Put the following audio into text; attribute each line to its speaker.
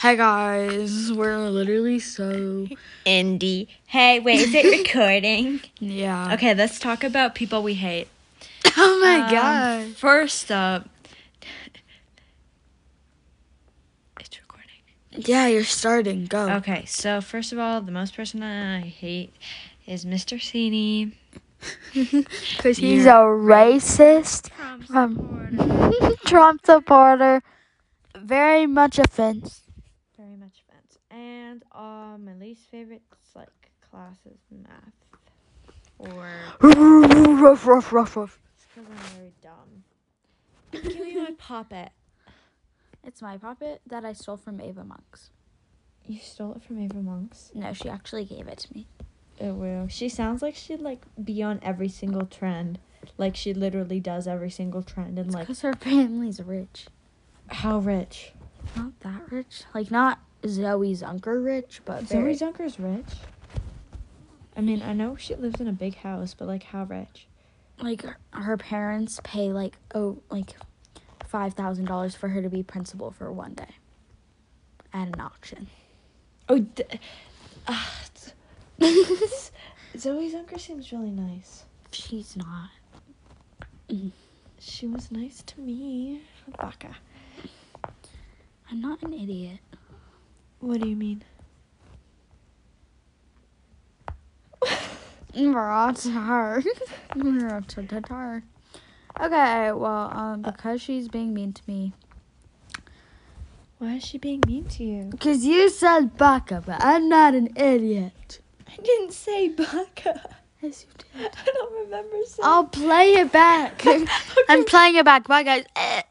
Speaker 1: Hey guys, we're literally so
Speaker 2: Indy. Hey, wait, is it recording?
Speaker 1: yeah.
Speaker 2: okay, let's talk about people we hate.
Speaker 1: Oh my
Speaker 2: Um,
Speaker 1: god.
Speaker 2: First up, it's recording.
Speaker 1: Yeah, you're starting. Go.
Speaker 2: Okay, so first of all, the most person I hate is Mr. Cini.
Speaker 1: Cause
Speaker 3: He's
Speaker 1: you're-
Speaker 3: a racist
Speaker 2: Trump
Speaker 3: Um, Trump supporter. Very much offense.
Speaker 2: Very much offense. And uh, my least favorite like class is math. Or
Speaker 3: Ruff, ruff, ruff, ruff.
Speaker 2: because I'm very dumb. Give me my poppet.
Speaker 4: It's my puppet that I stole from Ava Monks.
Speaker 2: You stole it from Ava Monks.
Speaker 4: No, she actually gave it to me.
Speaker 2: It will. She sounds like she'd like be on every single trend. Like she literally does every single trend and like
Speaker 4: Because her family's rich.
Speaker 2: how rich.
Speaker 4: Not that rich. Like, not Zoe Zunker rich, but
Speaker 2: Zoe
Speaker 4: very.
Speaker 2: Dunker's rich. I mean, I know she lives in a big house, but like how rich?
Speaker 4: like, her- her parents pay, like, oh, like $5,000 for her to be principal for one day at an auction.
Speaker 2: Oh, d- ah, t- Zoe Dunker seems really nice.
Speaker 4: She's not.
Speaker 2: She was nice to me. Baka.
Speaker 4: I'm not an idiot.
Speaker 2: What do you mean?
Speaker 4: Rotar. Rotar. Okay, well, um, because she's being mean to me.
Speaker 2: Why is she being mean to you?
Speaker 3: Because you said baka, but I'm not an idiot.
Speaker 2: I didn't say Baka.
Speaker 3: Yes, you did.
Speaker 2: I don't remember saying.
Speaker 3: I'll play it back. I'm playing it back. Bye, guys. Eh.